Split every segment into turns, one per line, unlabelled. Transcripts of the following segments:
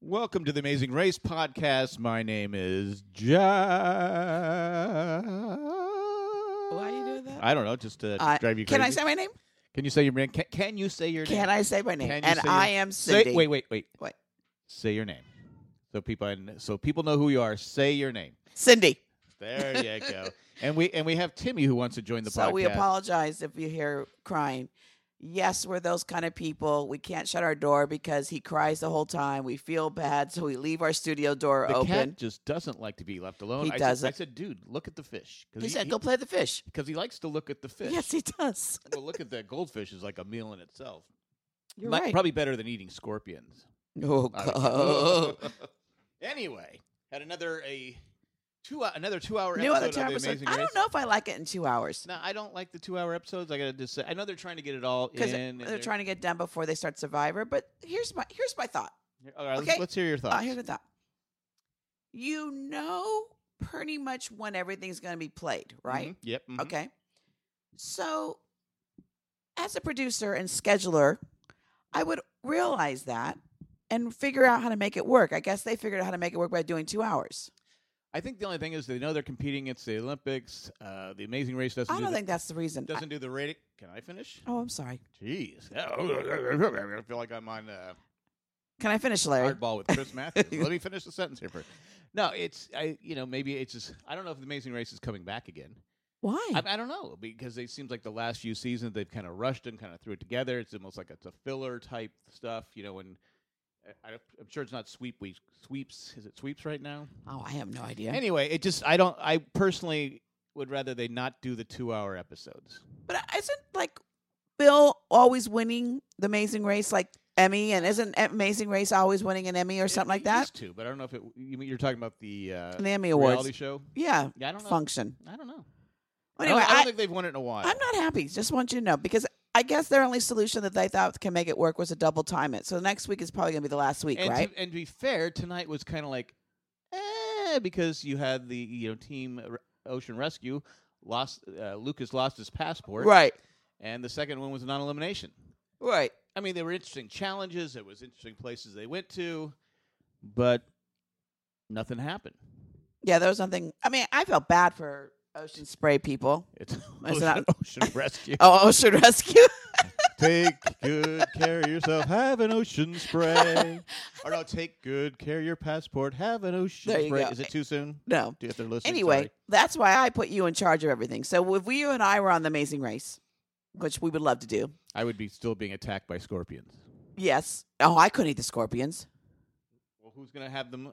Welcome to the Amazing Race Podcast. My name is Jack.
Why you doing that?
I don't know. Just to
Uh,
drive you crazy.
can I say my name?
Can you say your name? Can, can you say your name?
Can I say my name?
Can you
and
say your-
I am
Say,
Cindy.
wait, wait, wait.
What?
Say your name. So people, so people know who you are. Say your name.
Cindy.
There you go. And we and we have Timmy who wants to join the
so
podcast.
we apologize if you hear crying. Yes, we're those kind of people. We can't shut our door because he cries the whole time. We feel bad, so we leave our studio door
The
open.
cat just doesn't like to be left alone.
He
I
doesn't.
Said, I said, dude, look at the fish.
he,
Because
said, "Go play the fish."
he, likes to look at the fish.
Yes, he does.
well, look at that goldfish is like a meal in itself.
You're
Mi-
right.
Probably better than eating scorpions.
oh,
I would-
God.
anyway, had another a two uh, another two hour
New
episode
other two
of the
episodes.
Amazing
I
Race.
don't know if I like it in two hours
No, I don't like the two hour episodes. I gotta just say, I know they're trying to get it all in.
because
and
they're trying to get done before they start Survivor. But here's my here's my thought.
All right, let's,
Okay.
let's hear your thoughts.
Uh, here's my thought. You know pretty much when everything's going to be played, right?
Mhm. Yep. mhm.
Okay. So, as a producer and scheduler, I would realize that and figure out how to make it work. I guess they figured out how to make it work by doing two hours.
I think the only thing is they know they're competing against the Olympics. Uh, the Amazing Race doesn't
I
do
don't
the,
think that's the reason. I-
doesn't do the rating. Can I finish?
oh, I'm sorry.
Jeez, I feel like I'm on. Uh,
Can I finish, Larry?
hardball with Chris Matthews. Let me finish the sentence here first. No, it's I. You know, maybe it's just I don't know if the Amazing Race is coming back again.
Why?
I, I don't know because it seems like the last few seasons they've kind of rushed and kind of threw it together. It's almost like it's a filler type stuff, you know. And uh, I, I'm sure it's not sweep week sweeps. Is it sweeps right now?
oh, I have no idea.
Anyway, it just I don't. I personally would rather they not do the two hour episodes.
but isn't like Bill always winning the Amazing Race, like Emmy, and isn't Amazing Race always winning an Emmy or something like that?
Too, but I don't know if it. You mean you're talking about the uh,
The Emmy
reality
Awards.
show?
Yeah,
Yeah, I don't know.
function.
I don't know.
Anyway,
I don't, I don't
I,
think they've won it in a while.
I'm not happy. Just want you to know because I guess their only solution that they thought can make it work was to double time it. So next week is probably going to be the last week,
and
right?
To, and to be fair, tonight was kind of like, eh, because you had the you know team Re- Ocean Rescue lost. Uh, Lucas lost his passport,
Right,
And the second one was non-elimination.
right.
I mean, they were interesting challenges. It was interesting places they went to, but nothing happened.
Yeah, there was nothing. I mean, I felt bad for Ocean Spray people.
It's
It's
Ocean,
not-
ocean Rescue.
Oh, Ocean Rescue.
take good care of yourself. Have an ocean spray. or no, take good care of your passport. Have an ocean
There you
spray.
go.
Is it too soon?
no.
Do if they're listening?
Anyway,
sorry.
that's why I put you in charge of everything. So if we, you and I were on the Amazing Race, which we would love to do.
I would be still being attacked by scorpions.
Yes. Oh, I couldn't eat the scorpions.
Well, who's gonna have them?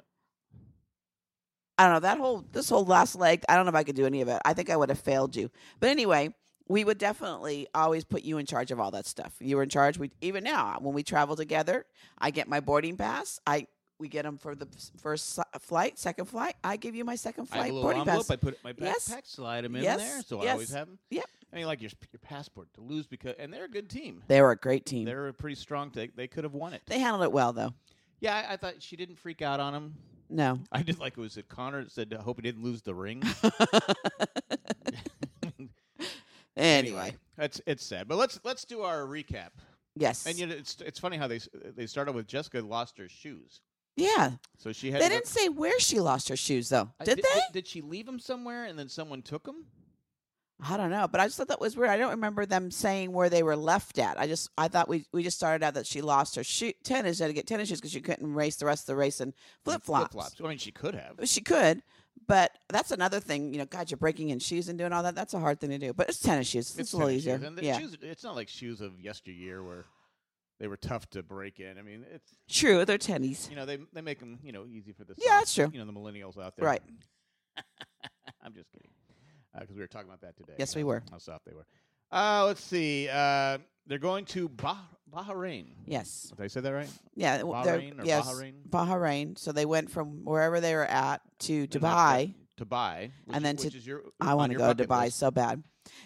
I don't know that whole this whole last leg. I don't know if I could do any of it. I think I would have failed you. But anyway, we would definitely always put you in charge of all that stuff. You were in charge. We even now uh, when we travel together, I get my boarding pass. I we get them for the first si- flight, second flight. I give you my second
I have
flight
a little
boarding
envelope.
pass.
I put it in my backpack,
Yes.
slide them in
Yes.
there, so I
Yes.
always have them.
Yep.
I mean, like your your passport to lose because, and they're a good team.
they were a great team.
They're a pretty strong. They they could have won it.
They handled it well though.
Yeah, I, I thought she didn't freak out on him.
No,
I did like it was it Connor that said, "I hope he didn't lose the ring."
anyway,
that's it's sad, but let's let's do our recap.
yes,
And you know, it's it's funny how they s- they started with Jessica lost her shoes,
yeah.
so she
They
had to go-
didn't say where she lost her shoes though.
I-
Did, they?
I- Did she leave them somewhere and then someone took them?
I don't know, but I just thought that was weird. I don't remember them saying where they were left at. I just I thought we we just started out that she lost her shoe tennis had to get tennis shoes because she couldn't race the rest of the race in flip flops.
Flip flops. I mean, she could have.
She could, but that's another thing. You know, God, you're breaking in shoes and doing all that. That's a hard thing to do, but it's tennis shoes. It's, a little
tennis
easier.
Shoes. And the
yeah,
shoes, it's not like shoes of yesteryear where they were tough to break in. I mean, it's
true. They're tennies.
you know they they make them you know easy for the
Yeah,
soft-
that's true.
You know the millennials out there,
Right.
I'm just kidding because we were talking about that today.
Yes,
how-
we were.
How soft they were. Uh, let's see. Uh, they're going to bah- Bahrain.
Yes.
Did I say that right?
Yeah. they're-
Bahrain or
yes.
Bahrain?
Bahrain. So they went from wherever they were at to
They're not-
Dubai.
To Dubai, which
And
is-
then
which
to-
is your,
I
on
want to
your
go to
bucket
Dubai
list.
so bad.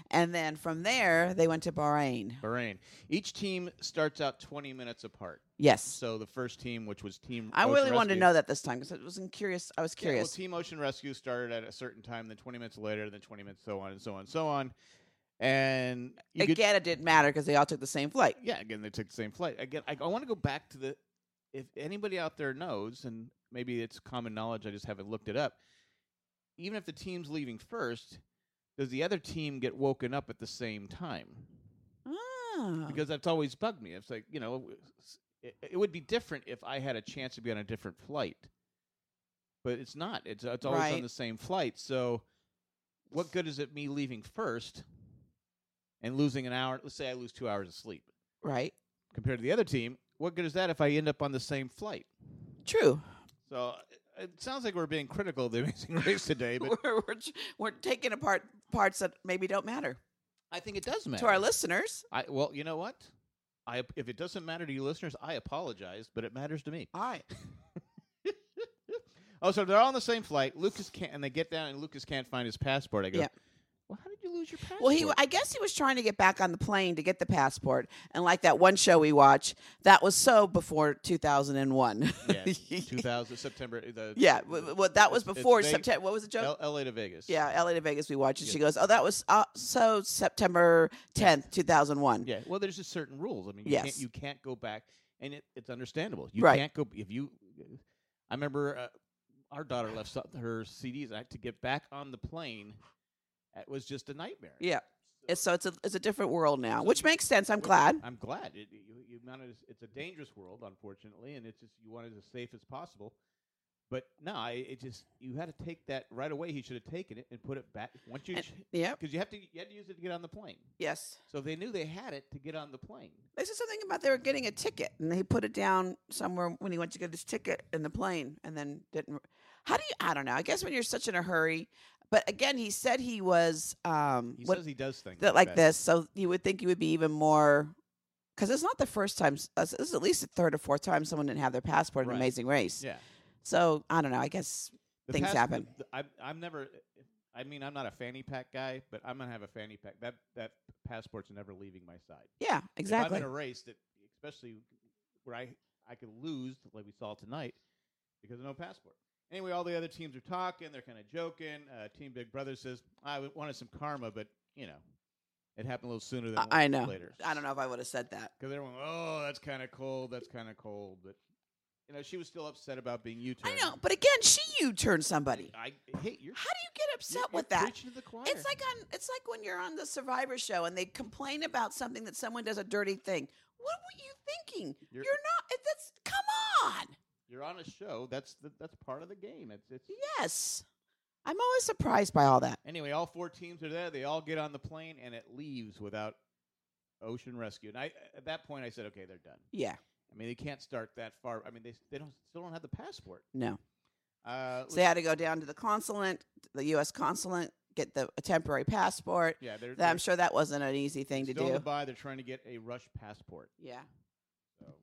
And then from there, they went to Bahrain.
Bahrain. Each team starts out 20 minutes apart.
Yes.
So the first team, which was Team,
I
Ocean
really wanted to
Rescue-
know that this time because I was curious. I was
Yeah, well,
curious.
Team Ocean Rescue started at a certain time, then 20 minutes later, then 20 minutes, so on and so on and so on. And you could-
Again, it didn't matter because they all took the same flight.
yeah, again, they took the same flight. Again, I, I want to go back to the if anybody out there knows, and maybe it's common knowledge, I just haven't looked it up. Even if the team's leaving first, does the other team get woken up at the same time?
Oh.
Because that's always bugged me. It's like you know, s- it, it would be different if I had a chance to be on a different flight, but it's not. It's it's always on
Right.
the same flight. So, what good is it me leaving first and losing an hour? Let's say I lose two hours of sleep
right.
compared to the other team. What good is that if I end up on the same flight?
True.
So it- it sounds like we're being critical of the Amazing Race today, but
we're, we're tr- we're taking apart parts that maybe don't matter
I think it does matter.
to our listeners.
I, well, you know what? I if it doesn't matter to you listeners, I apologize, but it matters to me.
All right.
Oh, so they're all on the same flight. Lucas can't, and they get down, and Lucas can't find his passport. I go,
Yeah.
well, how did you lose your passport?
Well, he I guess he was trying to get back on the plane to get the passport, and like that one show we watch, that was so before two thousand and one.
yeah, two thousand September. The,
Yeah, w- w- well, that was
It's- it's
before
Vegas-
September. What was the joke?
L- L.A. to Vegas.
yeah, LA to Vegas. We watched, and
Yeah.
she goes, "Oh, that was uh, so September tenth, two thousand one.
yeah. Well, there's just certain rules. I mean, you can't
Yes.
you can't go back, and it, it's understandable. You
Right.
can't go if you. I remember uh, our daughter left some, her CDs I had to get back on the plane. It was just a nightmare.
Yeah. It's, so it's a it's a different world now,
So
which
you-
makes sense. I'm
Well,
glad.
I'm glad. It, you, you mounted, it's a dangerous world, unfortunately, and it's just you want it as safe as possible. But no, I, it just you had to take that right away. He should have taken it and put it back once you
And-
because
Yep.
you have to you had to use it to get on the plane.
Yes.
So they knew they had it to get on the plane.
They said something about they were getting a ticket, and he put it down somewhere when he went to get his ticket in the plane, and then didn't. How do you? I don't know. I guess when you're such in a hurry, but again, he said he was um
He
what,
says he does things
that
that.
like this, so you would think you would be even more. Because it's not the first time. s- uh, This is at least the third or fourth time someone didn't have their passport in
Right.
Amazing Race.
Yeah,
So I don't know. I guess
The
Things
pass-
happen.
the- the- I'm I'm never. I mean, I'm not a fanny pack guy, but I'm gonna have a fanny pack. That that passport's never leaving my side.
yeah, exactly.
If I'm in a race that, especially where I I could lose, like we saw tonight, because of no passport. Anyway, all the other teams are talking. They're kind of joking. Uh, Team Big Brother says, "I w- wanted some karma, but you know, it happened a little sooner than
I- I know.
Later,
I don't know if I would have said that.
because everyone, oh, that's kind of cold. That's kind of cold. But you know, she was still upset about being
I
U-turned.
know, but again, she you turn somebody.
I hate your.
How do you get upset
you're,
with
you're
that?
preaching to the choir.
It's like on it's like when you're on the Survivor show and they complain about something that someone does a dirty thing. What were you thinking?
You're-
You're, not. It, that's come on.
you're on a show. That's the, that's part of the game. It's it's
Yes, I'm always surprised by all that.
Anyway, all four teams are there. They all get on the plane, and it leaves without ocean rescue. And I, at that point, I said, "Okay, they're done."
Yeah.
I mean, they can't start that far. I mean, they they don't still don't have the passport.
No.
Uh,
So they had to go down to the consulate, the U.S. consulate, get the a temporary passport.
yeah, they're,
That- I'm
they're
sure that wasn't an easy thing to
still in
do.
the buy. They're trying to get a rush passport.
Yeah.
So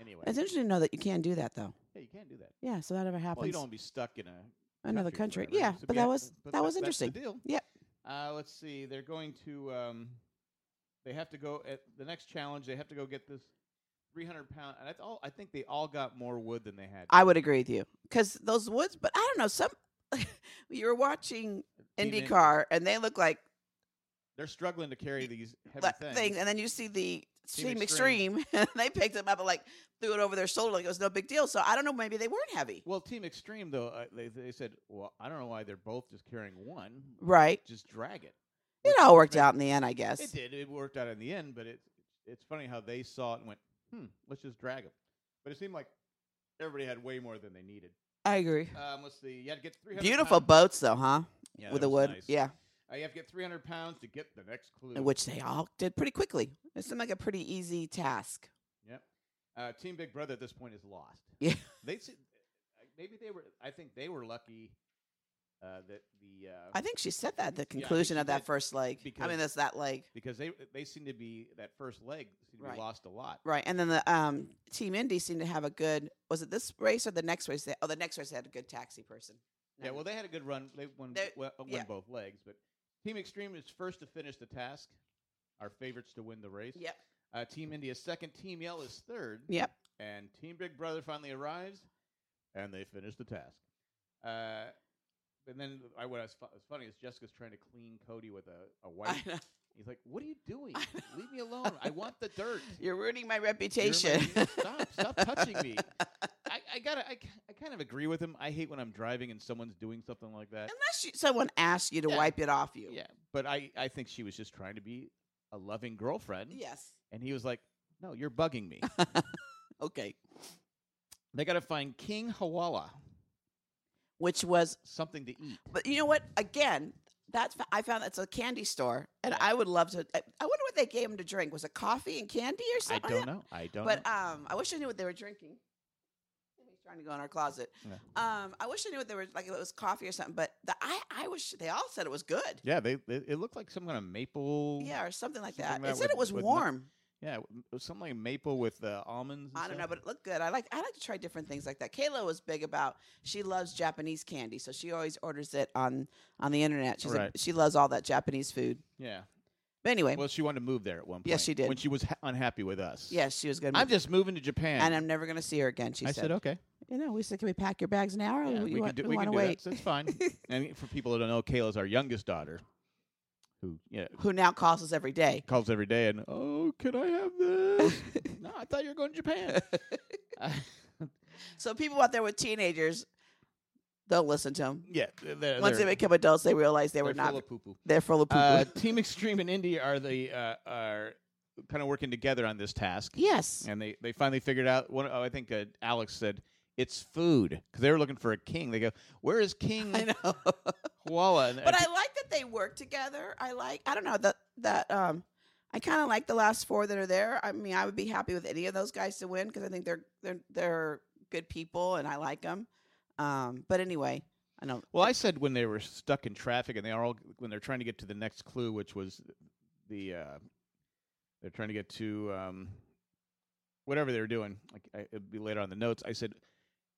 anyway,
It's interesting to know that you can do that though.
hey, you can't do that.
Yeah. So that ever happens.
Well, you don't wanna be stuck in a
Another country.
forever.
Yeah.
So
But
we ha-
that was
but
that was
that's the
interesting.
deal.
Yep.
Uh, let's see. They're going to. Um, they have to go at the next challenge. They have to go get this 300 pound. And I, th- all, I think they all got more wood than they had.
I would agree with you because those woods, but I don't know. Some you were watching
Team Indy.
IndyCar and they look like
They're struggling to carry these heavy
le-
things.
things, and then you see the
Team
Team
Extreme.
Extreme, and they picked them up and like threw it over their shoulder like it was no big deal. So I don't know. Maybe they weren't heavy,
Well, Team Extreme though, uh, they they said, well, I don't know why they're both just carrying one.
right?
Just drag it.
It
Which-
all
which
worked
made-
out in the end, I guess.
It did. It worked out in the end, but it's it's funny how they saw it and went, hmm, let's just drag them. But it seemed like everybody had way more than they needed.
I agree.
Um, let's see. You had to get 300
Beautiful
pounds-
boats, though, huh?
Yeah,
With
that
the
was
wood,
nice.
yeah,
Uh, you have to get 300 pounds to get the next clue.
which they all did pretty quickly. It seemed like a pretty easy task.
Yep. Uh, Team Big Brother at this point is lost.
Yeah.
They s- uh, maybe they were. I think they were lucky uh, that the uh,
I think she said that at the
Yeah, I think
conclusion
she
of that
did,
first leg. I
because-
mean, that's that leg.
because they they seem to be that first leg seemed to
Right.
be lost a lot.
Right, and then the um, team Indy seemed to have a good. Was it this race or the next race? They, oh, the next race they had a good taxi person.
Yeah. Well, they had a good run. They won
They-
well, uh, won
yeah.
both legs, but Team Extreme is first to finish the task. Our favorites to win the race.
yep,
Uh, Team India second. Team Yell is third.
yep.
And Team Big Brother finally arrives, and they finish the task. Uh, and then I, what I was, fu- was funny is Jessica's trying to clean Cody with a, a wipe.
I know.
He's like, "What are you doing? Leave me alone. I want the dirt.
You're ruining my
You're my-
reputation.
you- stop! Stop touching me." I, I gotta. I, ki- I kind of agree with him. I hate when I'm driving and someone's doing something like that.
Unless you, someone asks you to
Yeah.
wipe it off you.
Yeah, but I I think she was just trying to be a loving girlfriend.
Yes.
and he was like, "No, you're bugging me."
Okay.
they gotta find King Hawala
Which was,
something to eat.
but you know what? Again, that's I found that's a candy store, and I would love to. I, I wonder what they gave him to drink. Was it coffee and candy or
I
something? like
don't
that?
know. I don't.
But
know.
um, I wish I knew what they were drinking. He's trying to go in our closet.
Yeah.
Um, I wish I knew what they were like. If it was coffee or something, but the, I, I wish they all said it was good.
yeah, they, they it looked like some kind of maple.
Yeah, or something like that.
Something
They
that
said it
would-
was
would not-
warm.
yeah, w- it was something like maple with uh, almonds. and
I don't know,
stuff.
but it looked good. I like I like to try different things like that. Kayla was big about she loves Japanese candy, so she always orders it on on the internet. She's a,
Right.
she loves all that Japanese food.
yeah.
But anyway,
Well, she wanted to move there at one point.
Yes, she did.
When she was ha- unhappy with us.
yes, she was good.
I'm just moving to Japan.
and I'm never going to see her again. She
I
said,
said, okay.
"You know," we said, "Can we pack your bags now, or
Yeah,
you
we
want,
can do,
we
we
want
can do
to wait?"
that. So it's fine. and for people that don't know, Kayla's our youngest daughter, who yeah
Who now calls us every day?
calls every day and oh, can I have this? no, I thought you were going to Japan. Uh,
So people out there with teenagers, don't listen to them.
yeah, they're, they're,
Once they become adults, they realize they
they're
were not.
full of poo-poo.
they're full of poo.
Uh, Team Extreme and Indy are the uh, are kind of working together on this task.
yes.
And they, they finally figured out. One, oh, I think uh, Alex said it's food because they were looking for a king. They go, where is King
I know.
Koala? And, uh,
But I like that they work together. I like I don't know that that um I kind of like the last four that are there. I mean, I would be happy with any of those guys to win because I think they're they're they're good people and I like them. Um, but anyway, I know.
well, I said when they were stuck in traffic and they are all when they're trying to get to the next clue, which was the uh, they're trying to get to um, whatever they were doing. Like I, it'd be later on the notes. I said,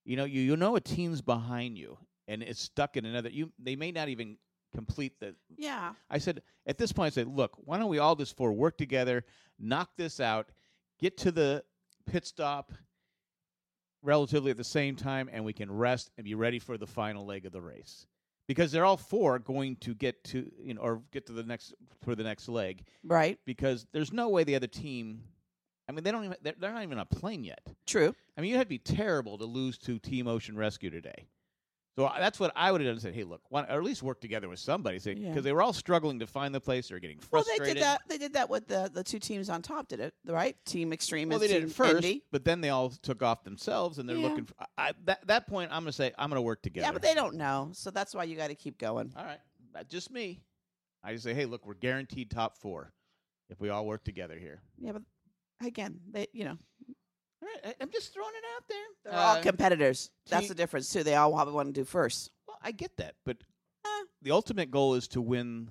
you know, you you know a team's behind you and it's stuck in another. You they may not even complete the
Yeah,
I said, at this point, I said, look, why don't we all just four work together, knock this out, get to the pit stop relatively at the same time, and we can rest and be ready for the final leg of the race. Because they're all four going to get to, you know, or get to the next for the next leg.
right.
Because there's no way the other team. I mean, they don't even. They're, they're not even on a plane yet.
True.
I mean, you'd have to be terrible to lose to Team Ocean Rescue today. So I- that's what I would have done. Said, hey, look, why, or at least work together with somebody, because
Yeah.
they were all struggling to find the place. They were getting
Well,
frustrated.
they did that. They did that with the the two teams on top. Did it right? Team Extreme.
Well,
and
they did
Team
it first,
Indy.
but then they all took off themselves, and they're
Yeah.
looking. For, I- I, that that point, I'm gonna say I'm gonna work together. Uh
Yeah, but they don't know, so that's why you got to keep going.
All right, that's just me. I just say, hey, look, we're guaranteed top four if we all work together here.
Yeah, but again, they you know
All right, I, am just throwing it out there.
they're all
Uh,
competitors. That's
team-
the difference too. They all want to do first.
well, I get that, but
Eh.
the ultimate goal is to win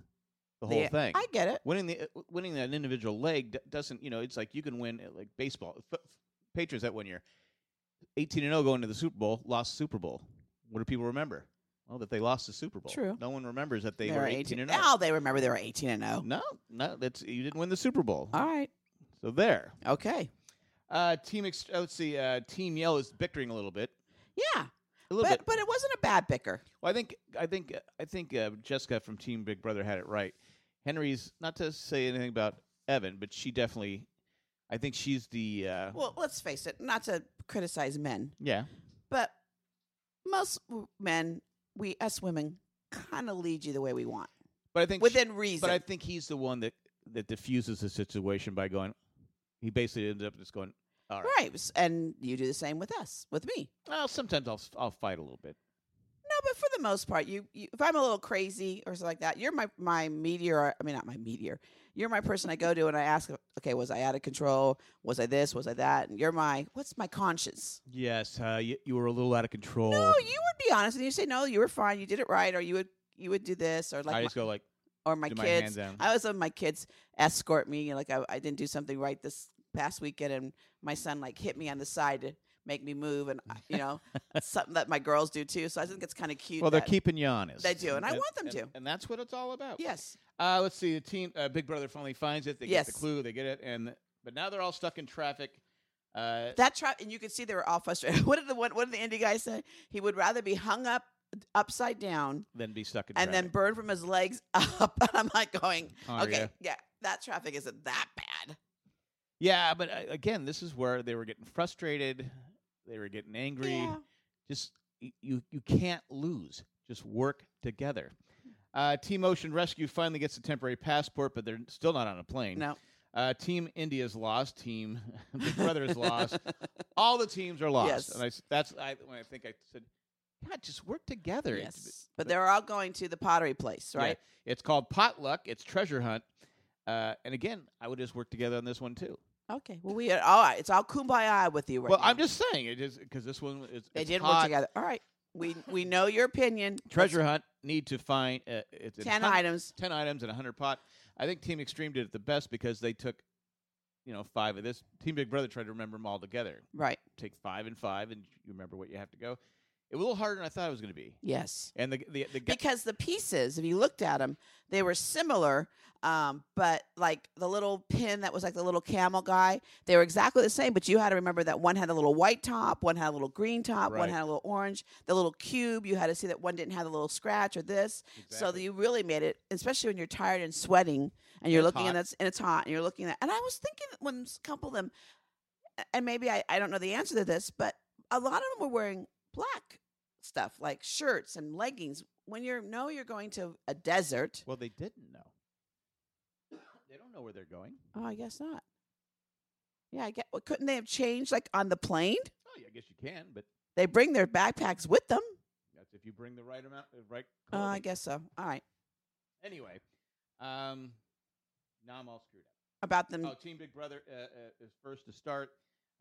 the whole
Yeah,
thing.
I get it.
winning the uh, winning an individual leg d- doesn't you know it's like you can win uh, like baseball F- f- patriots that one year 18 and 0 going to the super bowl lost super bowl what do people remember well that they lost the super bowl
True.
no one remembers that they, were 18, and oh. 0
Now oh, they remember they were 18 and 0.
no no that's you didn't win the super bowl
All right.
so there
Okay.
uh team ex- oh, let's see uh team yell is bickering a little bit
Yeah.
a little
But
bit
but it wasn't a bad bicker.
well i think i think i think uh, jessica from team big brother had it right henry's not to say anything about evan but she definitely i think she's the uh
Well, let's face it, not to criticize men,
yeah
but most w- men, we us women kind of lead you the way we want
But I think she-
within reason.
but I think he's the one that that diffuses the situation by going. He basically ends up just going. All right.
right. s- And you do the same with us, with me.
Well, sometimes I'll I'll fight a little bit.
No, but for the most part, you, you if I'm a little crazy or something like that, you're my my meteor. I mean, not my meteor. You're my person I go to and I ask, okay, was I out of control? Was I this? Was I that? And you're my what's my conscience?
Yes, uh, you, you were a little out of control.
No, you would be honest and you say no, you were fine, you did it right, or you would you would do this, or like
I
my,
just go like
or my
do
kids.
my hands down.
I always have my kids escort me, you know, like I, I didn't do something right this past weekend, and my son like hit me on the side to make me move, and I- you know something that my girls do too. So I think it's kind of cute.
well, they're
that-
keeping you honest.
They do, and I want them
and-
to.
And that's what it's all about.
Yes,
Uh, let's see. The team, uh, Big Brother, finally finds it. They get
Yes.
the clue. They get it. And but now they're all stuck in traffic. Uh,
that trap, and you could see they were all frustrated. what did the one? What did the indie guy say? He would rather be hung up upside down
then be stuck in
and then
traffic.
burn from his legs up. And I'm like going,
Connor,
okay, yeah. that traffic isn't that bad.
Yeah, but uh, again, this is where they were getting frustrated. They were getting angry.
Yeah.
Just y- you you can't lose. Just work together. Uh, Team Ocean Rescue finally gets a temporary passport, but they're still not on a plane.
No.
Uh, Team India's lost. Team Big Brother is lost. All the teams are lost.
Yes.
And I, s- that's I, when I think I said, God, just work together. It-
yes. But they're all going to the pottery place,
Yeah.
right?
It's called potluck. It's treasure hunt. Uh, and again, I would just work together on this one too.
Okay. Well, we are all right. It's all kumbaya with you right
well,
now.
I'm just saying it is because this one is
They
it's
did
hot.
work together. All right. We we know your opinion.
Treasure hunt need to find uh, it's in
That's 10
hun-
items.
ten items and a hundred pot. I think Team Extreme did it the best because they took, you know, five of this. Team Big Brother tried to remember them all together.
Right.
Take five and five, and you remember what you have to go. It was a little harder than I thought it was going to be.
Yes.
And the the the guy,
Because the pieces, if you looked at them, they were similar, um, but like the little pin that was like the little camel guy, they were exactly the same. But you had to remember that one had a little white top, one had a little green top,
Right.
one had a little orange. The little cube, you had to see that one didn't have the little scratch or this. So that you really made it, especially when you're tired and sweating, and you're
It's
looking
hot.
and that's and it's hot, and you're looking at. And I was thinking that when s- couple of them, a- and maybe I, I don't know the answer to this, but a lot of them were wearing black stuff like shirts and leggings. When you are know you're going to a desert,
well, they didn't know. They don't know where they're going.
oh, I guess not. Yeah, I get. Well, couldn't they have changed like on the plane?
Oh, yeah, I guess you can, but
They bring their backpacks with them.
that's if you bring the right amount, the right.
Uh, I
clothing.
guess so. All right,
Anyway, um, now I'm all screwed up.
about them.
Oh, Team Big Brother uh, uh, is first to start.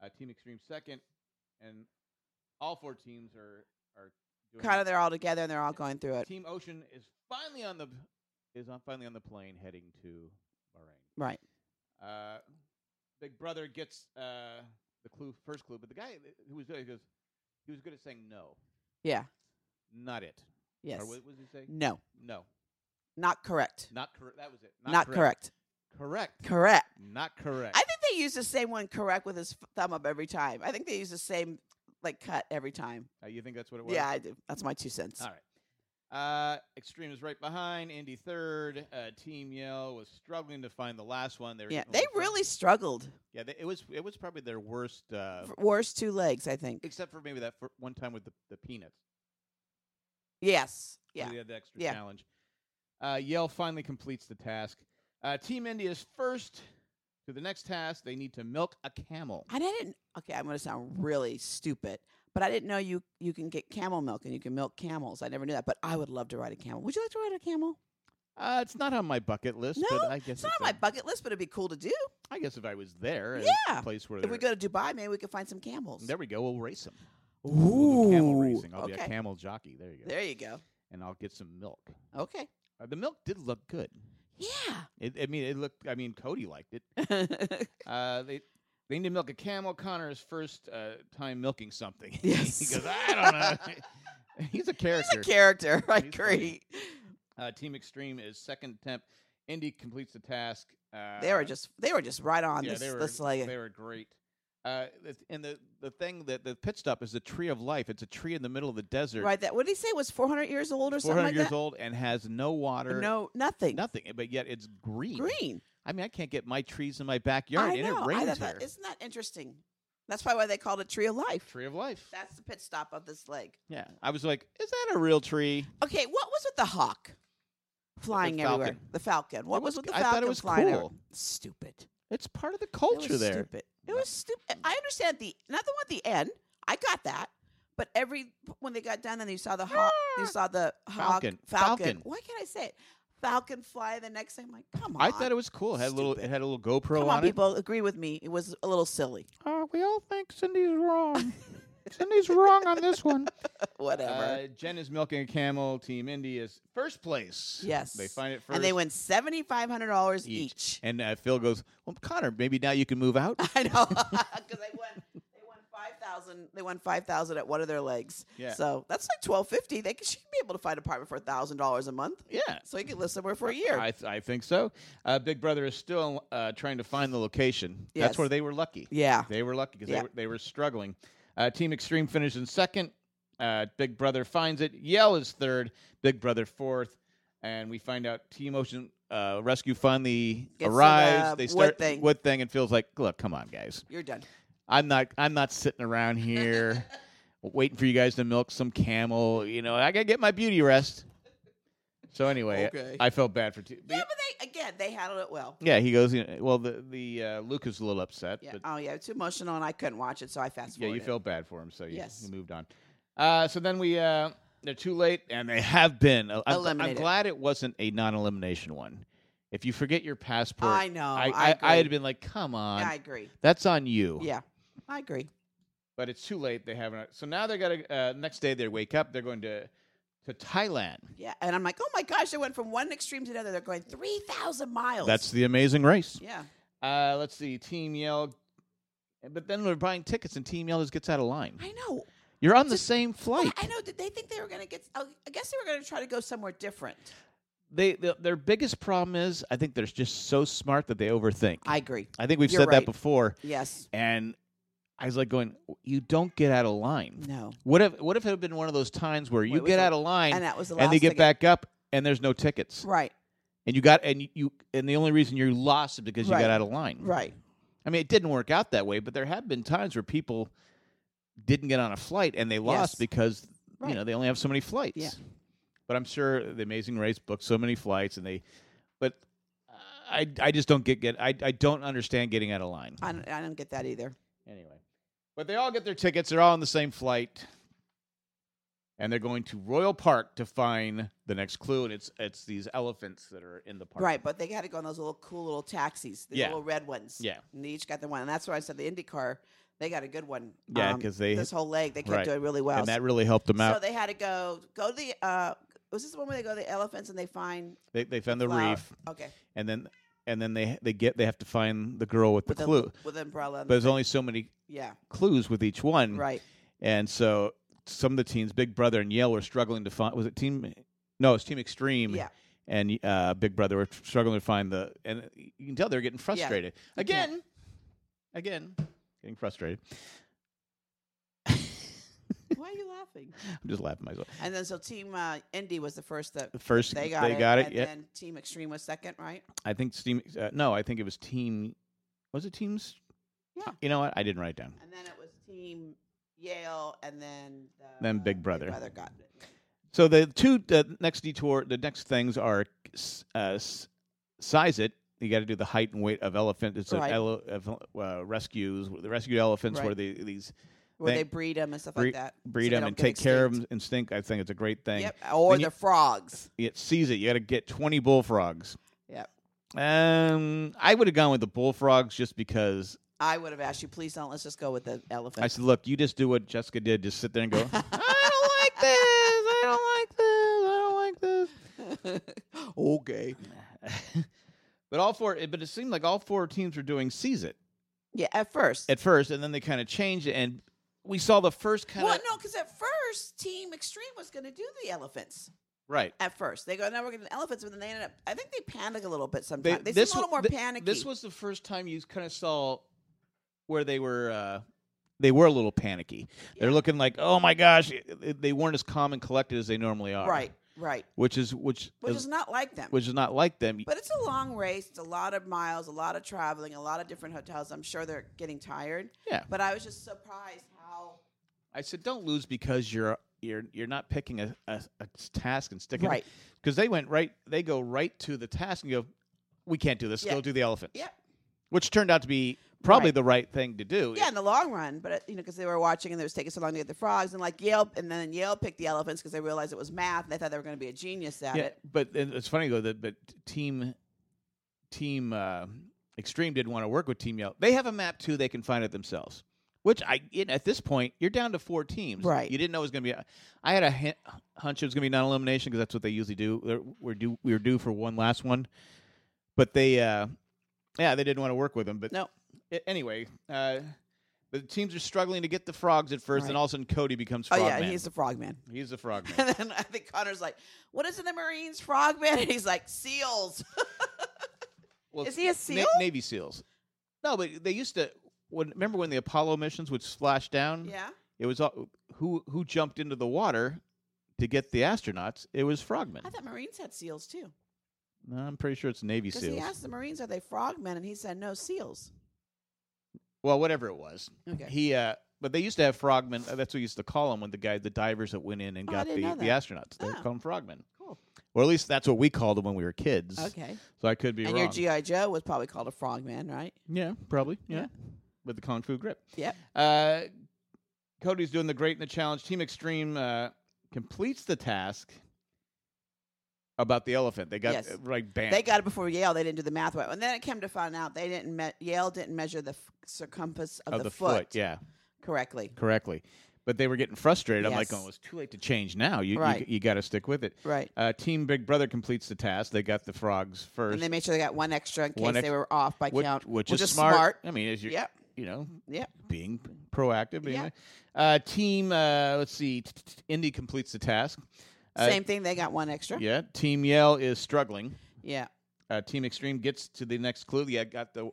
Uh, Team Extreme second, and all four teams are are doing
Kind of, they're all together and they're all going through it.
Team Ocean is finally on the is on finally on the plane heading to Bahrain.
Right.
Uh, Big Brother gets uh, the clue first clue, but the guy who was there he goes he was good at saying no,
Yeah.
not it.
Yes.
Or what was he saying?
No.
No,
Not correct.
not correct. That was it.
Not,
correct.
correct.
Correct.
Correct.
Not correct.
I think they use the same one correct with his f- thumb up every time. I think they use the same like cut every time.
Uh, you think that's what it was?
Yeah, I do. That's my two cents.
All right. Uh, Extreme is right behind. Indy third. Uh, Team Yell was struggling to find the last one. They were
Yeah,
getting
they
overthrown.
really struggled.
Yeah, they, it was it was probably their worst, uh,
F- Worst two legs, I think.
except for maybe that fir- one time with the, the peanuts.
Yes.
where
Yeah.
they had the extra
Yeah.
challenge. Uh, Yell finally completes the task. Uh, Team Indy is first to the next task. They need to milk a camel.
And I didn't. Okay, I'm going to sound really stupid, but I didn't know you you can get camel milk and you can milk camels. I never knew that, but I would love to ride a camel. Would you like to ride a camel?
Uh, it's not on my bucket list,
No,
but I guess
It's not on
a-
my bucket list, but it'd be cool to do.
I guess if I was there, at
Yeah.
a place where
If we
they're-
go to Dubai, maybe we could find some camels.
there we go. We'll race them. We'll do camel racing. I'll be a
okay.
camel jockey. There you go.
There you go.
and I'll get some milk.
Okay.
Uh, the milk did look good.
Yeah.
It, I mean, it looked. I mean, Cody liked it. Uh, they they need to milk a camel. Connor's first uh, time milking something. he
Yes.
goes, I don't know. He's a character.
He's a character. I
He's funny.
agree.
uh, Team Extreme is second attempt. Indy completes the task. Uh,
They were just they were just right on
yeah,
this
they were,
this like
they were great. Uh, th- and the the thing that the pit stop is the tree of life. It's a tree in the middle of the desert.
right that what did he say was 400 years old
Four
or something
hundred
like
years
that?
old and has no water.
No, nothing.
Nothing, but yet it's green.
Green.
I mean, I can't get my trees in my backyard,
I
and
know.
it
I
rains
thought
here.
that, isn't that interesting? That's probably why they called it Tree of Life.
Tree of life.
That's the pit stop of this leg.
yeah, I was like, is that a real tree?
Okay, what was with the hawk flying everywhere?
falcon.
The falcon. What
It was-
was, with the
I thought it
falcon
was
flying? everywhere?
cool.
Stupid. It
It's part of the culture
was
there.
Stupid. It
No.
was stupid. I understand the not the one at the end. I got that. But every when they got done and you saw the hawk, you saw the hawk,
Ah! Falcon.
falcon.
Falcon.
Why can't I say it? Falcon fly the next thing. I'm like, come on.
I thought it was cool. It had a little, it
Stupid.
had a little GoPro
Come on,
on it.
people, agree with me. It was a little silly.
Uh, we all think Cindy's wrong. Cindy's wrong on this one.
Whatever.
Uh, Jen is milking a camel. Team Indy is first place.
Yes.
they find it first.
and they win seventy five hundred dollars
Each.
each.
And uh, Phil goes, "Well, Connor, maybe now you can move out."
I know because they won. They won five thousand. They won five thousand at one of their legs.
Yeah.
So that's like twelve fifty. They could, she could be able to find an apartment for thousand dollars a month.
yeah,
So you could live somewhere for a year.
I, th- I think so. Uh, Big Brother is still uh, trying to find the location. That's
Yes.
where they were lucky.
yeah.
They were lucky because
Yeah.
they, were, they were struggling. Uh, Team Extreme finishes in second. Uh, Big Brother finds it. Yell is third. Big Brother fourth. and we find out Team Ocean uh, Rescue finally
Gets to
arrives.
the
they
wood
start
thing.
wood thing and feels like, look, come on, guys.
You're done.
I'm not I'm not sitting around here waiting for you guys to milk some camel. You know, I gotta get my beauty rest. So anyway,
Okay.
I felt bad for T. but
Yeah, but they again they handled it well.
yeah, he goes. You know, well, the the uh, Luke is a little upset,
Yeah.
but
oh yeah, it's emotional, and I couldn't watch it, so I fast
yeah,
forwarded.
you felt bad for him, so you,
Yes.
you moved on. Uh, so then we uh, they're too late, and they have been uh, I'm- I'm,
Eliminated.
glad it wasn't a non-elimination one. If you forget your passport,
I know.
I,
I,
I, I had
agree.
been like, come on,
Yeah, I agree.
that's on you.
Yeah, I agree.
but it's too late. They haven't. So now they got to. Uh, next day they wake up. They're going to to Thailand.
Yeah, and I'm like, oh my gosh, they went from one extreme to another. They're going three thousand miles.
That's the amazing race.
yeah.
Uh, let's see. Team Yell. But then we're buying tickets, and Team Yell just gets out of line.
I know.
You're on the
Just-
same flight.
I know. Did they think they were going to get? oh, I guess they were going to try to go somewhere different.
They, the their biggest problem is I think they're just so smart that they overthink.
I agree.
I think we've
You're
said
right.
that before,
Yes.
and I was like going, "You don't get out of line."
No.
What if what if it had been one of those times where you
Wait,
get
which
out of line
And
and,
that was the last.
they get
ticket.
back up and there's no tickets?
Right.
and you got and you and the only reason you lost is because you
Right.
got out of line.
Right.
I mean, it didn't work out that way, but there have been times where people didn't get on a flight and they lost
Yes.
because
Right.
you know they only have so many flights.
Yeah.
But I'm sure the Amazing Race booked so many flights, and they, but I I just don't get get I I don't understand getting out of line
I don't, I don't get that either.
anyway. But they all get their tickets. They're all on the same flight, and they're going to Royal Park to find the next clue. And it's it's these elephants that are in the park.
Right, but they got to go on those little cool little taxis, the
Yeah.
little red ones.
Yeah.
And they each got the one, and that's why I said the IndyCar. They got a good one.
Yeah,
Um,
because they
this whole leg they kept
Right.
doing really well.
and that really helped them
so
out.
they had to go go to the. Uh, was this the one where they go to the elephants and they find
They, they found the
flower-
reef,
Okay,
and then and then they they get they have to find the girl with the
with a-
clue.
with an umbrella.
but
And
there's only so many
yeah,
clues with each one,
right.
and so some of the teams, Big Brother and Yale, were struggling to find. Was it Team? No, it's Team Extreme.
Yeah.
And uh, Big Brother were struggling to find the, and you can tell they're getting frustrated again, again, getting frustrated.
Why are you laughing?
I'm just laughing at myself.
And then so Team uh, Indy was the first that
First,
they got it. And
Yeah,
then Team Extreme was second, right?
I think Steam. Uh, no, I think it was Team. Was it Teams?
Yeah.
You know what? I didn't write it down.
And then it was Team Yale, and then the,
Then Big Brother.
Big Brother got it.
So the two uh, next detour, the next things are s- uh, s- size it. You got to do the height and weight of elephant. It's
Right.
a ele- of, uh, rescues the rescued elephants
Right.
where they these
Where
They-
they breed them and stuff
breed-
like that.
breed
so they
them
don't
and
get
take care of
extinct.
them and stink. I think it's a great thing.
Yep. Or
Then you-
the frogs.
It sees it. You got to get twenty bullfrogs.
Yep.
Um, I would have gone with the bullfrogs just because
I would have asked you, please don't. Let's just go with the elephant.
I said, look, you just do what Jessica did. Just sit there and go. I don't like this. I don't like this. I don't like this.
okay.
but all four, but it seemed like all four teams were doing seize it
Yeah, at first.
at first, and then they kind of changed it, and we saw the first kind of
well, no, because at first Team Extreme was going to do the elephants.
right.
At first, they go now we're going to elephants, but then they ended up. I think they panic a little bit
They-
sometimes. They,
this
seem a little
wa-
more
thi-
panicky.
This was the first time you kind of saw where they were. Uh, they were a little panicky. They're
Yeah.
looking like, oh my gosh, i- i- they weren't as calm and collected as they normally are.
right, right,
Which is which,
which
is,
is not like them.
which is not like them.
but it's a long race. It's a lot of miles, a lot of traveling, a lot of different hotels. I'm sure they're getting tired.
Yeah.
But I was just surprised how
I said, don't lose because you're you're you're not picking a, a, a task and sticking
right.
because they went right they go right to the task and go we can't do this
Yeah.
go do the elephants
Yep.
which turned out to be probably
Right.
the right thing to do
Yeah, in the long run, but uh, you know, because they were watching and it was taking so long to get the frogs, and like Yale, and then Yale picked the elephants because they realized it was math. And they thought they were going to be a genius at
Yeah,
it.
but and it's funny though that but team team uh, extreme didn't want to work with team yell they have a map too they can find it themselves which i you know, at this point you're down to four teams
Right.
you didn't know it was going to be i had a hin- hunch it was going to be non-elimination because that's what they usually do They're- we're due we were due for one last one but they uh yeah they didn't want to work with them but
No.
A- anyway uh but the teams are struggling to get the frogs at first, and
Right.
all of a sudden Cody becomes
Oh
frogman.
yeah, he's the frogman.
he's the frogman.
And then I think Connor's like, "What is in the Marines, frogman?" And he's like, "Seals."
Well,
Is he
Na-
a seal?
Navy SEALs. No, but they used to. When, remember when the Apollo missions would splash down?
yeah,
It was all, who who jumped into the water to get the astronauts, it was frogmen.
I thought Marines had seals too.
No, I'm pretty sure it's Navy
Because he
SEALs.
asked the Marines, "Are they frogmen?" And he said, "No, seals."
well, whatever it was,
Okay.
he. Uh, but they used to have frogmen. uh, That's what we used to call them when the guy, the divers that went in and
Oh, I
got the,
didn't know
the
that.
astronauts. They
Oh.
called them frogmen,
Cool.
or at least that's what we called them when we were kids.
Okay.
So I could be
and
wrong.
your GI Joe was probably called a frogman, right?
yeah, probably. Yeah.
Yeah.
with the kung fu grip.
Yep.
Uh, Cody's doing the great in the challenge. Team Extreme uh, completes the task about the elephant. They got
Yes.
uh, right banned.
They got it before Yale. They didn't do the math right, and then it came to find out they didn't. Me- Yale didn't measure the f- circumference of,
of the foot. Yeah,
correctly.
correctly. But they were getting frustrated. I'm like,
Yes.
oh, it's too late to change now. You
Right.
you, you got to stick with it.
Right.
Uh, Team Big Brother completes the task. They got the frogs first.
And they made sure they got one extra in case
One
they
extra-
were off by
which,
count,
which is I mean, as you
Yep.
you know,
Yep.
being p- proactive. Being
Yeah.
uh, team, uh, let's see, t- t- t- Indy completes the task. Uh,
Same thing. They got one extra. Yeah.
Yeah, Team Yell is struggling. Uh, Team Extreme gets to the next clue. Yeah, got the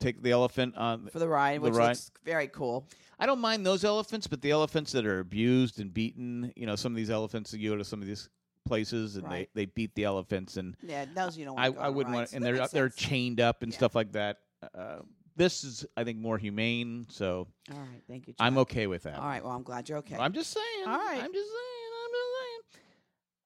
take the elephant on.
For the ride,
The
which
ride.
looks very cool.
I don't mind those elephants, but the elephants that are abused and beaten. You know, some of these elephants you go to some of these places and
Right. Oh
they, they beat the elephants and
Yeah, those you don't.
I,
wanna go
I
on
wouldn't want
rides.
to, and
That
they're
makes
they're
sense.
chained up and
Yeah.
stuff like that. Uh, this is I think more humane, so
All right, thank you.
I'm
John.
okay with that.
All right, well, I'm glad you're okay.
I'm just saying.
All right.
I'm just saying. I'm just saying.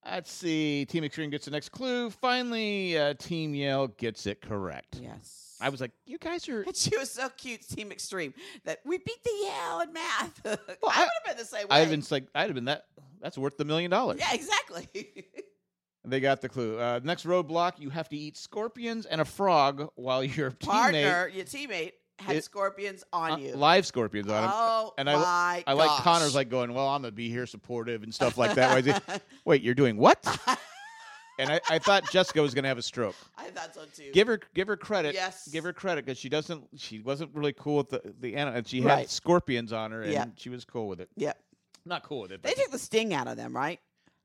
Let's see. Team Extreme gets the next clue. Finally, uh, Team Yale gets it correct.
yes,
I was like, you guys are.
And she was so cute, Team Extreme, that we beat the Yale in math. I
I-
would have been the same way.
I'd have been like, I'd have been that. That's worth the million dollars.
yeah, exactly.
They got the clue. Uh, next roadblock, you have to eat scorpions and a frog while your teammate
Partner, your teammate had
It-
scorpions on
uh,
you.
live scorpions on him.
oh
and I-
my!
I like
gosh.
Connor's like going, well, I'm gonna be here supportive and stuff like that. Why is he- Wait, you're doing what? and I, I thought Jessica was gonna have a stroke.
I thought so too.
Give her give her credit.
Yes.
Give her credit because she doesn't she wasn't really cool with the the ana- and she had
Right.
scorpions on her and
Yeah.
she was cool with it.
Yeah.
Not cool with it.
they
But
took the sting out of them, right?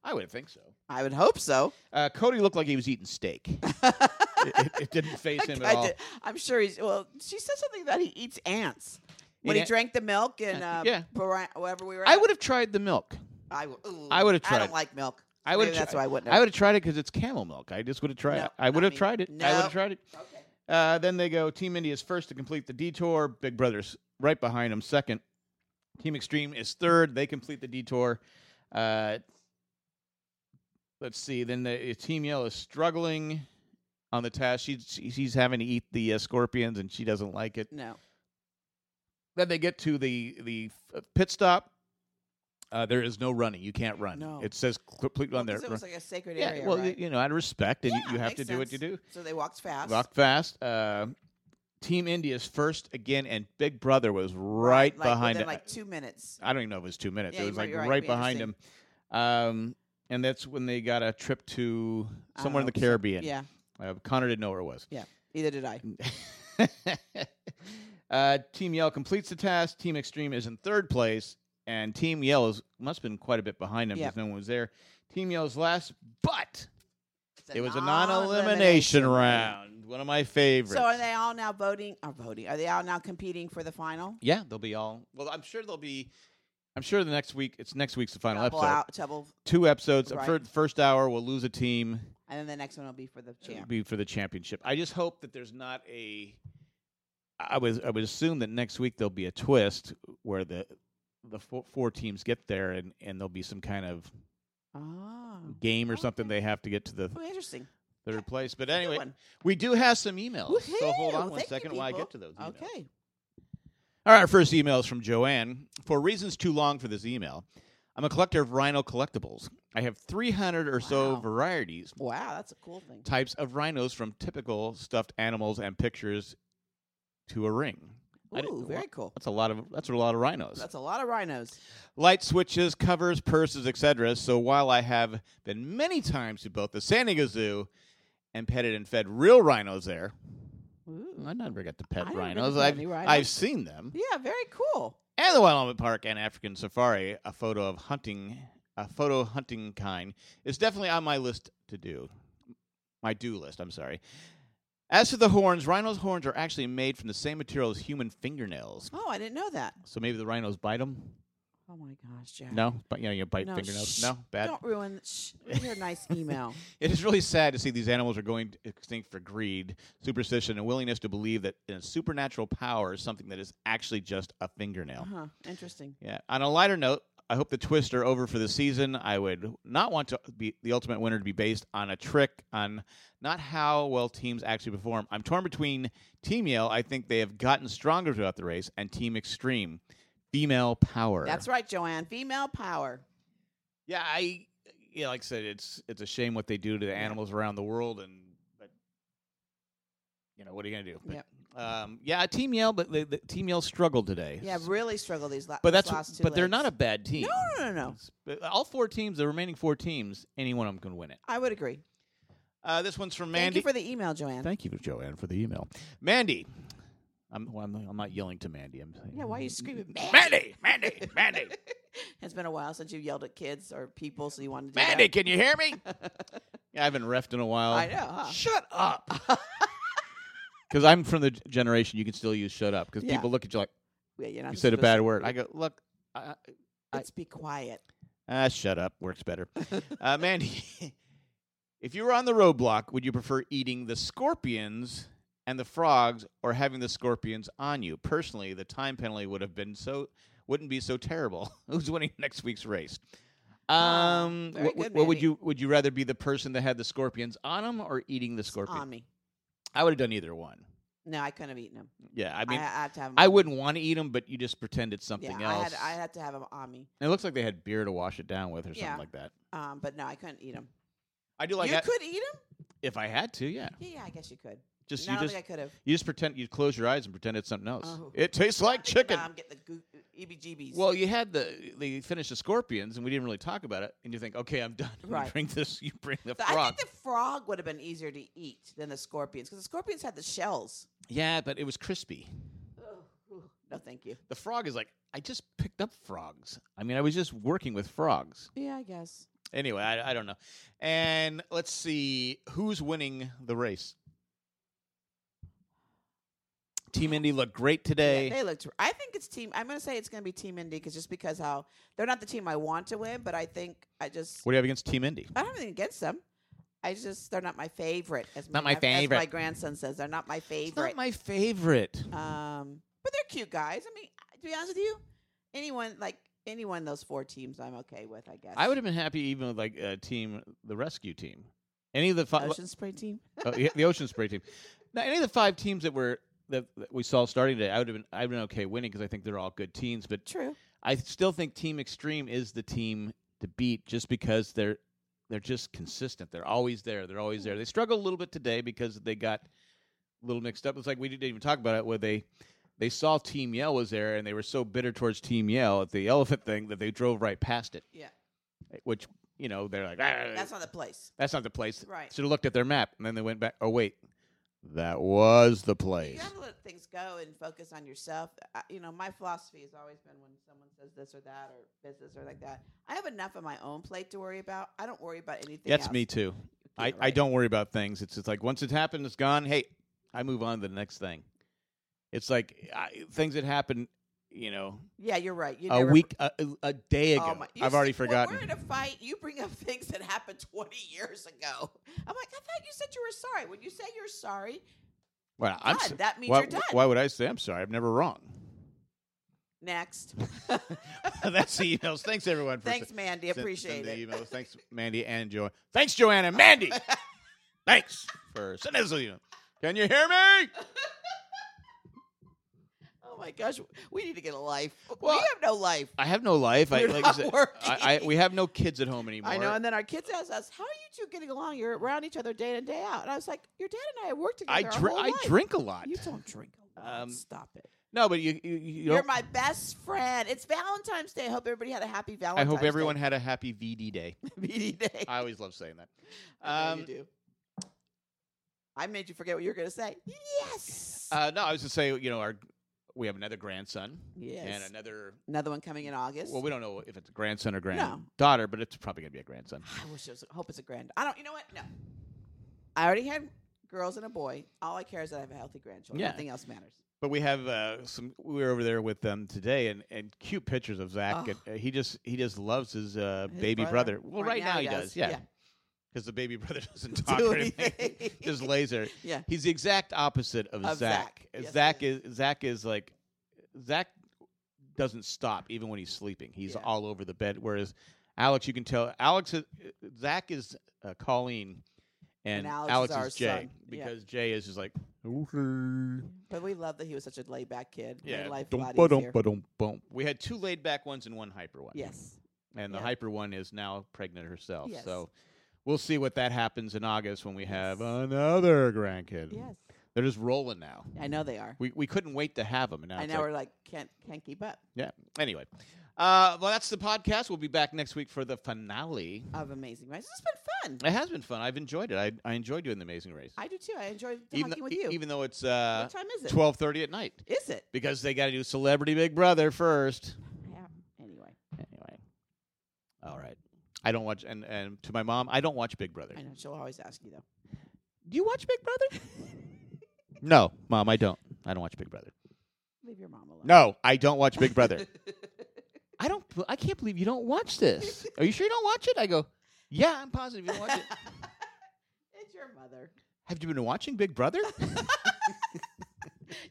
I would think so.
I would hope so.
Uh, Cody looked like he was eating steak. it, it- it didn't face him
I
at all.
did- I'm sure he's. Well, she said something that he eats ants when
Eat
he
ant-
drank the milk and
Uh,
uh,
yeah.
bara- wherever we were.
I
at.
would have tried the milk.
I, w- ooh,
I would've
I
tried.
don't like milk.
I would.
Maybe that's why I wouldn't.
I would have tried it because it's camel milk. I just would have tried.
No,
it. I
not
would have
me.
tried it. I would
No.
have tried it.
Okay.
Uh, then they go. Team India is first to complete the detour. Big Brother's right behind them, second. Team Extreme is third. They complete the detour. Uh, let's see. Then the uh, Team Yell is struggling on the task. She's she- she's having to eat the uh, scorpions, and she doesn't like it.
No.
Then they get to the the uh, pit stop. Uh, there is no running. You can't run.
No.
It says complete on
Well, 'cause
there.
It was like a sacred
Yeah,
area.
well,
right?
you know, out of respect, and you-
Yeah,
you, have
makes
to do what you do.
sense. So they walked fast.
Walk fast. Uh, Team India's first again, and Big Brother was right,
like,
behind
within
him.
like two minutes.
I don't even know if it was two minutes. it
Yeah, you
was
might
like
be right.
right
We
behind him.
understand.
Um, and that's when they got a trip to
I
somewhere in the
don't know, Oh, so-
Caribbean.
Yeah,
Uh, Connor didn't know where it was.
either did I.
uh, Team Yell completes the task. Team Extreme is in third place, and Team Yell is, must have been quite a bit behind him
Yeah.
because no one was there. Team Yell's last, but
It's
it was a non-elimination round. One of my favorites.
So are they all now voting? Are voting? Are they all now competing for the final?
yeah, they'll be all. Well, I'm sure they'll be. I'm sure the next week. It's next week's the final
Double
episode.
out, double,
Two episodes.
Right.
For the first hour, we'll lose a team.
and then the next one will be for the champ.
Be for the championship. I just hope that there's not a. I was. I would assume that next week there'll be a twist where the the four, four teams get there and and there'll be some kind of
Oh,
game or something
Okay.
they have to get to the
oh interesting.
third place. But
Good
anyway,
one.
we do have some emails. So hold
Woohoo!
on one
Thank you,
second while I
people.
get to those. Emails.
Okay.
All right, our first email is from Joanne. For reasons too long for this email, I'm a collector of rhino collectibles. I have 300 or so
Wow.
varieties,
Wow, that's a cool thing.
types of rhinos from typical stuffed animals and pictures to a ring. I didn't-
Ooh, very cool.
That's a lot of that's a lot of rhinos.
That's a lot of rhinos.
Light switches, covers, purses, etc. So while I have been many times to both the San Diego Zoo and petted and fed real rhinos there,
Ooh.
I never got to pet
I never got to
rhinos.
pet
I've,
any rhinos.
I've seen them.
Yeah, very cool.
and the Wild Elephant Park and African Safari, a photo of hunting, a photo hunting kind, is definitely on my list to do. My do list, I'm sorry. As for the horns, rhinos' horns are actually made from the same material as human fingernails.
Oh, I didn't know that.
So maybe the rhinos bite them?
Oh my gosh, Jack.
No, but you know you bite
No,
fingernails.
shh.
No, bad.
Don't ruin shh, read her nice email.
It is really sad to see these animals are going extinct for greed, superstition, and willingness to believe that a supernatural power is something that is actually just a fingernail.
huh. Uh-huh, Interesting.
Yeah. On a lighter note, I hope the twists are over for the season. I would not want to be the ultimate winner to be based on a trick on not how well teams actually perform. I'm torn between Team Yale, I think they have gotten stronger throughout the race, and Team Extreme, female power.
That's right, Joanne. Female power.
Yeah, I yeah, like I said, it's it's a shame what they do to the animals around the world, and but you know what are you gonna do? But,
Yep.
Um, yeah, Team Yale, but the, the Team Yale struggled today.
Yeah, really struggle these la-
but
these
that's
last two.
but they're not a
legs.
bad team.
No, no, no, no.
It's- but all four teams, the remaining four teams, any one of them can win it.
I would agree.
Uh, this one's from
Thank
Mandy.
you for the email, Joanne.
Thank you, Joanne, for the email. Mandy, I'm well, I'm, I'm not yelling to Mandy. I'm saying,
yeah, why are you screaming?
Mandy, Mandy, Mandy,
it's been a while since you yelled at kids or people, so you wanted to. do
Mandy? oh.
that.
Can you hear me? yeah, I haven't refed in a while.
I know. Huh?
Shut up. Because I'm from the g- generation you can still use "shut up" because
Yeah.
people look at you like
Yeah, you're not.
you said a
supposed
bad
to-
word. I go, look, I, I-
Let's be quiet.
Ah, shut up. Works better. uh, Mandy, if you were on the roadblock, would you prefer eating the scorpions and the frogs or having the scorpions on you? Personally, the time penalty would have been so wouldn't be so terrible. Who's winning next week's race?
Ah,
Um,
very
wh- wh-
good,
what would
Mandy.
you would you rather be the person that had the scorpions on them or eating the scorpion?
On me.
I would have done either one.
No, I couldn't have eaten him.
Yeah, I
I,
mean, I,
had to have. Him on me.
wouldn't want to eat them, but you just pretend it's something
yeah,
else.
I had, I had to have him on me.
it looks like they had beer to wash it down with or
Yeah.
something like that.
Um, but no, I couldn't eat him.
I do like
you
that.
could eat him?
If I had to, yeah.
Yeah, yeah, I guess you could.
Just
no, I
you
don't
just
think I could have.
you just pretend you close your eyes and pretend it's something else.
Oh.
It tastes like chicken.
I'm getting um, the goo- EBGBs.
Well, you had the they finished the scorpions and we didn't really talk about it, and you think, okay, I'm done. You
Right.
bring this, you bring the
So
frog.
I think the frog would have been easier to eat than the scorpions because the scorpions had the shells.
yeah, but it was crispy.
No, thank you.
The frog is like, I just picked up frogs. I mean, I was just working with frogs.
Yeah, I guess.
Anyway, I, I don't know. And let's see who's winning the race. Team Indy looked great today.
Yeah, they looked. I think it's team. I'm going to say it's going to be Team Indy because just because how they're not the team I want to win, but I think I just
what do you have against Team Indy?
I don't have anything against them. I just they're not my favorite. As
Not my
as
favorite.
my grandson says they're not my
It's not
favorite.
my favorite.
um, but they're cute guys. I mean, to be honest with you, anyone like anyone those four teams, I'm okay with. I guess
I would have been happy even with like a team, the rescue team, any of the five,
ocean spray team.
the ocean spray team. Now, any of the five teams that were that, that we saw starting today, I would have been I would have been okay winning because I think they're all good teams. But
True.
I still think Team Extreme is the team to beat just because they're they're just consistent. They're always there. They're always there. They struggled a little bit today because they got a little mixed up. It's like we didn't even talk about it where they they saw Team Yell was there and they were so bitter towards Team Yell at the elephant thing that they drove right past it
Yeah,
which you know they're like "Ah,
that's
that's,
not the place.
not the place
Right.
should have looked at their map and then they went back oh wait that was the
You
place
have to let things go and focus on yourself. I, you know, my philosophy has always been when someone says this or that or business or like that, I have enough on my own plate to worry about. I don't worry about anything.
that's
else.
me too
Yeah,
I, I
right.
don't worry about things it's just like once it's happened it's gone hey i move on to the next thing it's like I, things that happened you know
Yeah, you're right. You
a
never-
week a, a day
Oh
ago
my- you
i've already
see, when
forgotten
We're in a fight. You bring up things that happened 20 years ago. I'm like, I thought you said you were sorry. When you say you're sorry,
well, I'm
done.
so-
that means
why,
you're done.
why would i say i'm sorry i'm never wrong
Next. Oh
that's the emails thanks everyone for
Thanks, Mandy.
send- send
Appreciate
the
it.
emails. Thanks, Mandy and Joanne. Thanks, Joanne and Mandy. Thanks for sending us the email. Can you hear me?
Oh my gosh, we need to get a life.
Well,
we have no life.
I have no life. I,
You're
like I
not
said,
working.
I, I we have no kids at home anymore.
I know. And then our kids asked us, "How are you two getting along? You're around each other day in and day out." And I was like, "Your dad and I have worked together
I,
our
dri-
whole
I
life."
drink a lot.
You don't drink a lot.
Um,
Stop it.
No, but you you, you
You're
don't-
my best friend. It's Valentine's Day. I hope everybody had a happy
I
Valentine's.
hope everyone had a happy VD day.
meeting day.
I always love saying that.
I know you
Um,
do. I made you forget what you were going to say. Yes.
uh, no, I was just saying, you know, our we have another grandson and
Yes.
another.
Another one coming in August.
Well, we don't know if it's a grandson or granddaughter, but it's probably gonna be a grandson.
I wish it was. I hope it's a grand. I don't. You know what? No. I already had girls and a boy. All I care is that I have a healthy grandchild.
Yeah.
Nothing else matters.
But we have uh, some. We were over there with them today, and, and cute pictures of Zach.
Oh.
And, uh, he just he just loves his, uh,
His
baby brother.
brother.
Well, right, now, he does, yeah. Because the baby brother doesn't talk
Do
or anything.
anything.
just lays there.
Yeah.
He's the exact opposite of,
Of
Zach. Uh,
Zach. Yes,
Zach
he
is Zach is like Zach doesn't stop even when he's sleeping. He's
Yeah.
all over the bed. Whereas Alex, you can tell Alex is, Zach is uh, Colleen, and,
And Alex is
Alex,
our
is, Jay
son. Yeah.
because Jay is just like okay.
But we love that he was such a laid back kid. Made
Yeah,
life a
dum
lot
ba dum
easier.
ba dum bum. We had two laid back ones and one hyper one.
Yes.
And the
Yeah.
hyper one is now pregnant herself.
Yes.
So we'll see what that happens in August when we have
Yes.
another grandkid.
Yes.
They're just rolling now.
I know they are.
We, we couldn't wait to have them. And now
I
it's
know
like-
we're like can't can't keep up
yeah. Anyway. Uh, well, that's the podcast. We'll be back next week for the finale.
of Amazing Race. This has been fun.
It has been fun. I've enjoyed it. I, I enjoyed doing the Amazing Race.
I do too. I enjoyed
even
talking
though,
with you.
even though it's uh,
what time is it?
twelve thirty at night
Is it?
because they got to do Celebrity Big Brother first.
Yeah. Anyway,
Anyway. All right. I don't watch and, and to my mom, I don't watch Big Brother.
I know she'll always ask you though.
Do you watch Big Brother? no, mom, I don't. I don't watch Big Brother.
Leave your mom alone.
No, I don't watch Big Brother. I don't I can't believe you don't watch this. Are you sure you don't watch it? I go, "Yeah, I'm positive you don't watch it."
it's your mother.
Have you been watching Big Brother?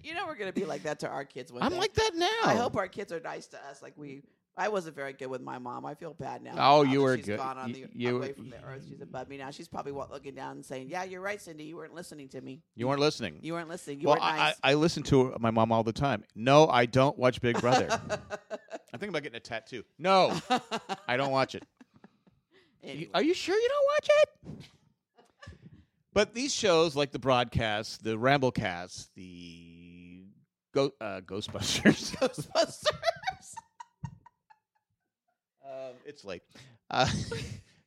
You know we're gonna be like that to our kids one
I'm
day.
like that now.
I hope our kids are nice to us. Like we, I wasn't very good with my mom. I feel bad now.
Oh,
now
you
that
were
she's
good.
Gone on
Y-
the,
you-
away from the earth. She's above me now. She's probably wa- looking down and saying, "Yeah, you're right, Cindy. You weren't listening to me.
you weren't listening.
You weren't listening. You
well,
weren't nice."
I, I I listen to my mom all the time. No, I don't watch Big Brother. I'm thinking about getting a tattoo. No, I don't watch it.
Anyway.
Are you sure you don't watch it? but these shows, like the broadcasts, the Ramblecast, the Go- uh, Ghostbusters,
Ghostbusters.
um, it's late. Uh,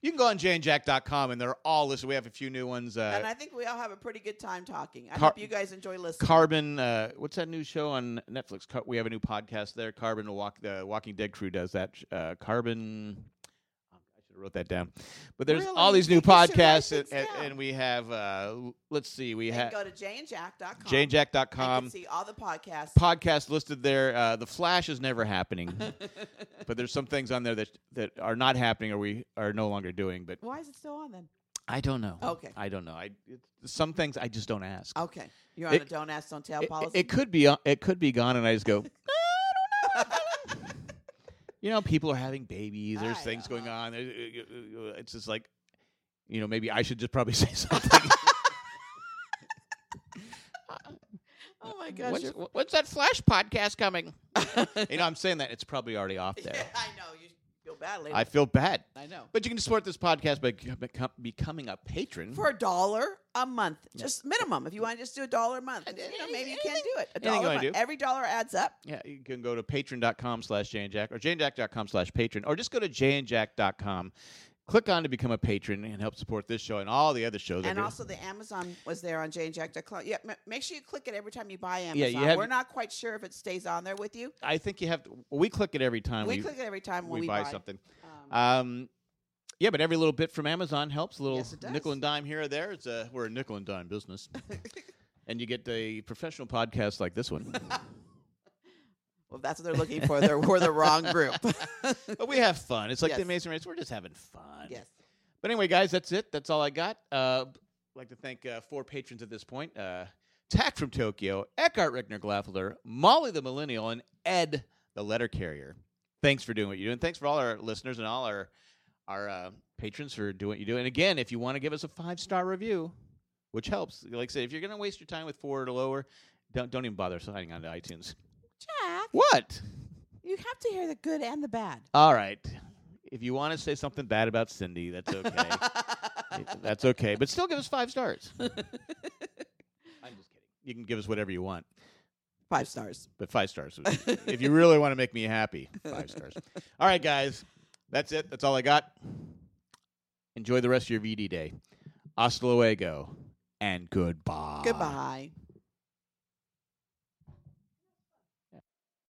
you can go on janejack.com and they're all listed. We have a few new ones.
and
Uh,
I think we all have a pretty good time talking. I
Car-
hope you guys enjoy listening.
Carbon, uh, what's that new show on Netflix? Car- we have a new podcast there. Carbon, the Walk- the Walking Dead crew does that. Uh, Carbon. oh, I should have wrote that down. But there's
Really?
all these
You
new
should write
podcasts, and,
things
and,
down.
and we have. Uh, let's see, we
You
have.
can go to janejack.com. and
janejack.com
can see all the podcasts.
podcast listed there uh, the flash is never happening but there's some things on there that that are not happening or we are no longer doing but
Why is it still on then?
i don't know
Okay.
i don't know i it's, some things i just don't ask
Okay. You're on
It-
a don't ask, don't tell
it, it-
policy.
it could be on- it could be gone and i just go you know people are having babies there's uh,
I
things
know.
going on there- it's just like you know maybe i should just probably say something
oh my gosh.
when's,
you're-
when's that flash podcast coming you know i'm saying that it's probably already off there
Yeah, I know. You feel bad later.
i feel bad
I know.
But you can support this podcast by c- becom- becoming a patron.
For a dollar a month, just minimum. If you want to just do a dollar a month,
And
you know,
any-
maybe you can't do it. A
anything you
dollar a
wanna
month.
do.
Every dollar adds up.
yeah, you can go to patreon.com slash janejack or janejack.com slash patron or just go to janejack.com. Click on to become a patron and help support this show and all the other shows. I
And
do.
also, the Amazon was there on janejack.com. Yeah, ma- make sure you click it every time you buy Amazon.
you have-
We're not quite sure if it stays on there with you.
I think you have to, we click it every time
we, click it every time when we,
we buy something.
Um,
Um, yeah, but every little bit from Amazon helps. A little
Yes, it does.
nickel and dime here or there. It's a, we're a nickel and dime business. and you get a professional podcast like this one.
well, if that's what they're looking for. They're, we're the wrong group.
but we have fun. It's like the
Yes.
Amazing Race. We're just having fun.
yes.
But anyway, guys, that's it. That's all I got. Uh, I'd like to thank uh, four patrons at this point: uh, Tack from Tokyo, Eckhart Rickner Glaffler, Molly the Millennial, and Ed the Letter Carrier. Thanks for doing what you do, and thanks for all our listeners and all our our uh, patrons for doing what you do. And again, if you want to give us a five star review, which helps, like I said, if you're going to waste your time with four or lower, don't don't even bother signing on to iTunes.
Jack,
What?
you have to hear the good and the bad.
All right. If you want to say something bad about Cindy, that's okay. That's okay, but still give us five stars. I'm just kidding. You can give us whatever you want,
Five stars.
but five stars. would- if you really want to make me happy, five stars. All right, guys, that's it. That's all I got. Enjoy the rest of your VD day. Hasta luego, and goodbye.
Goodbye.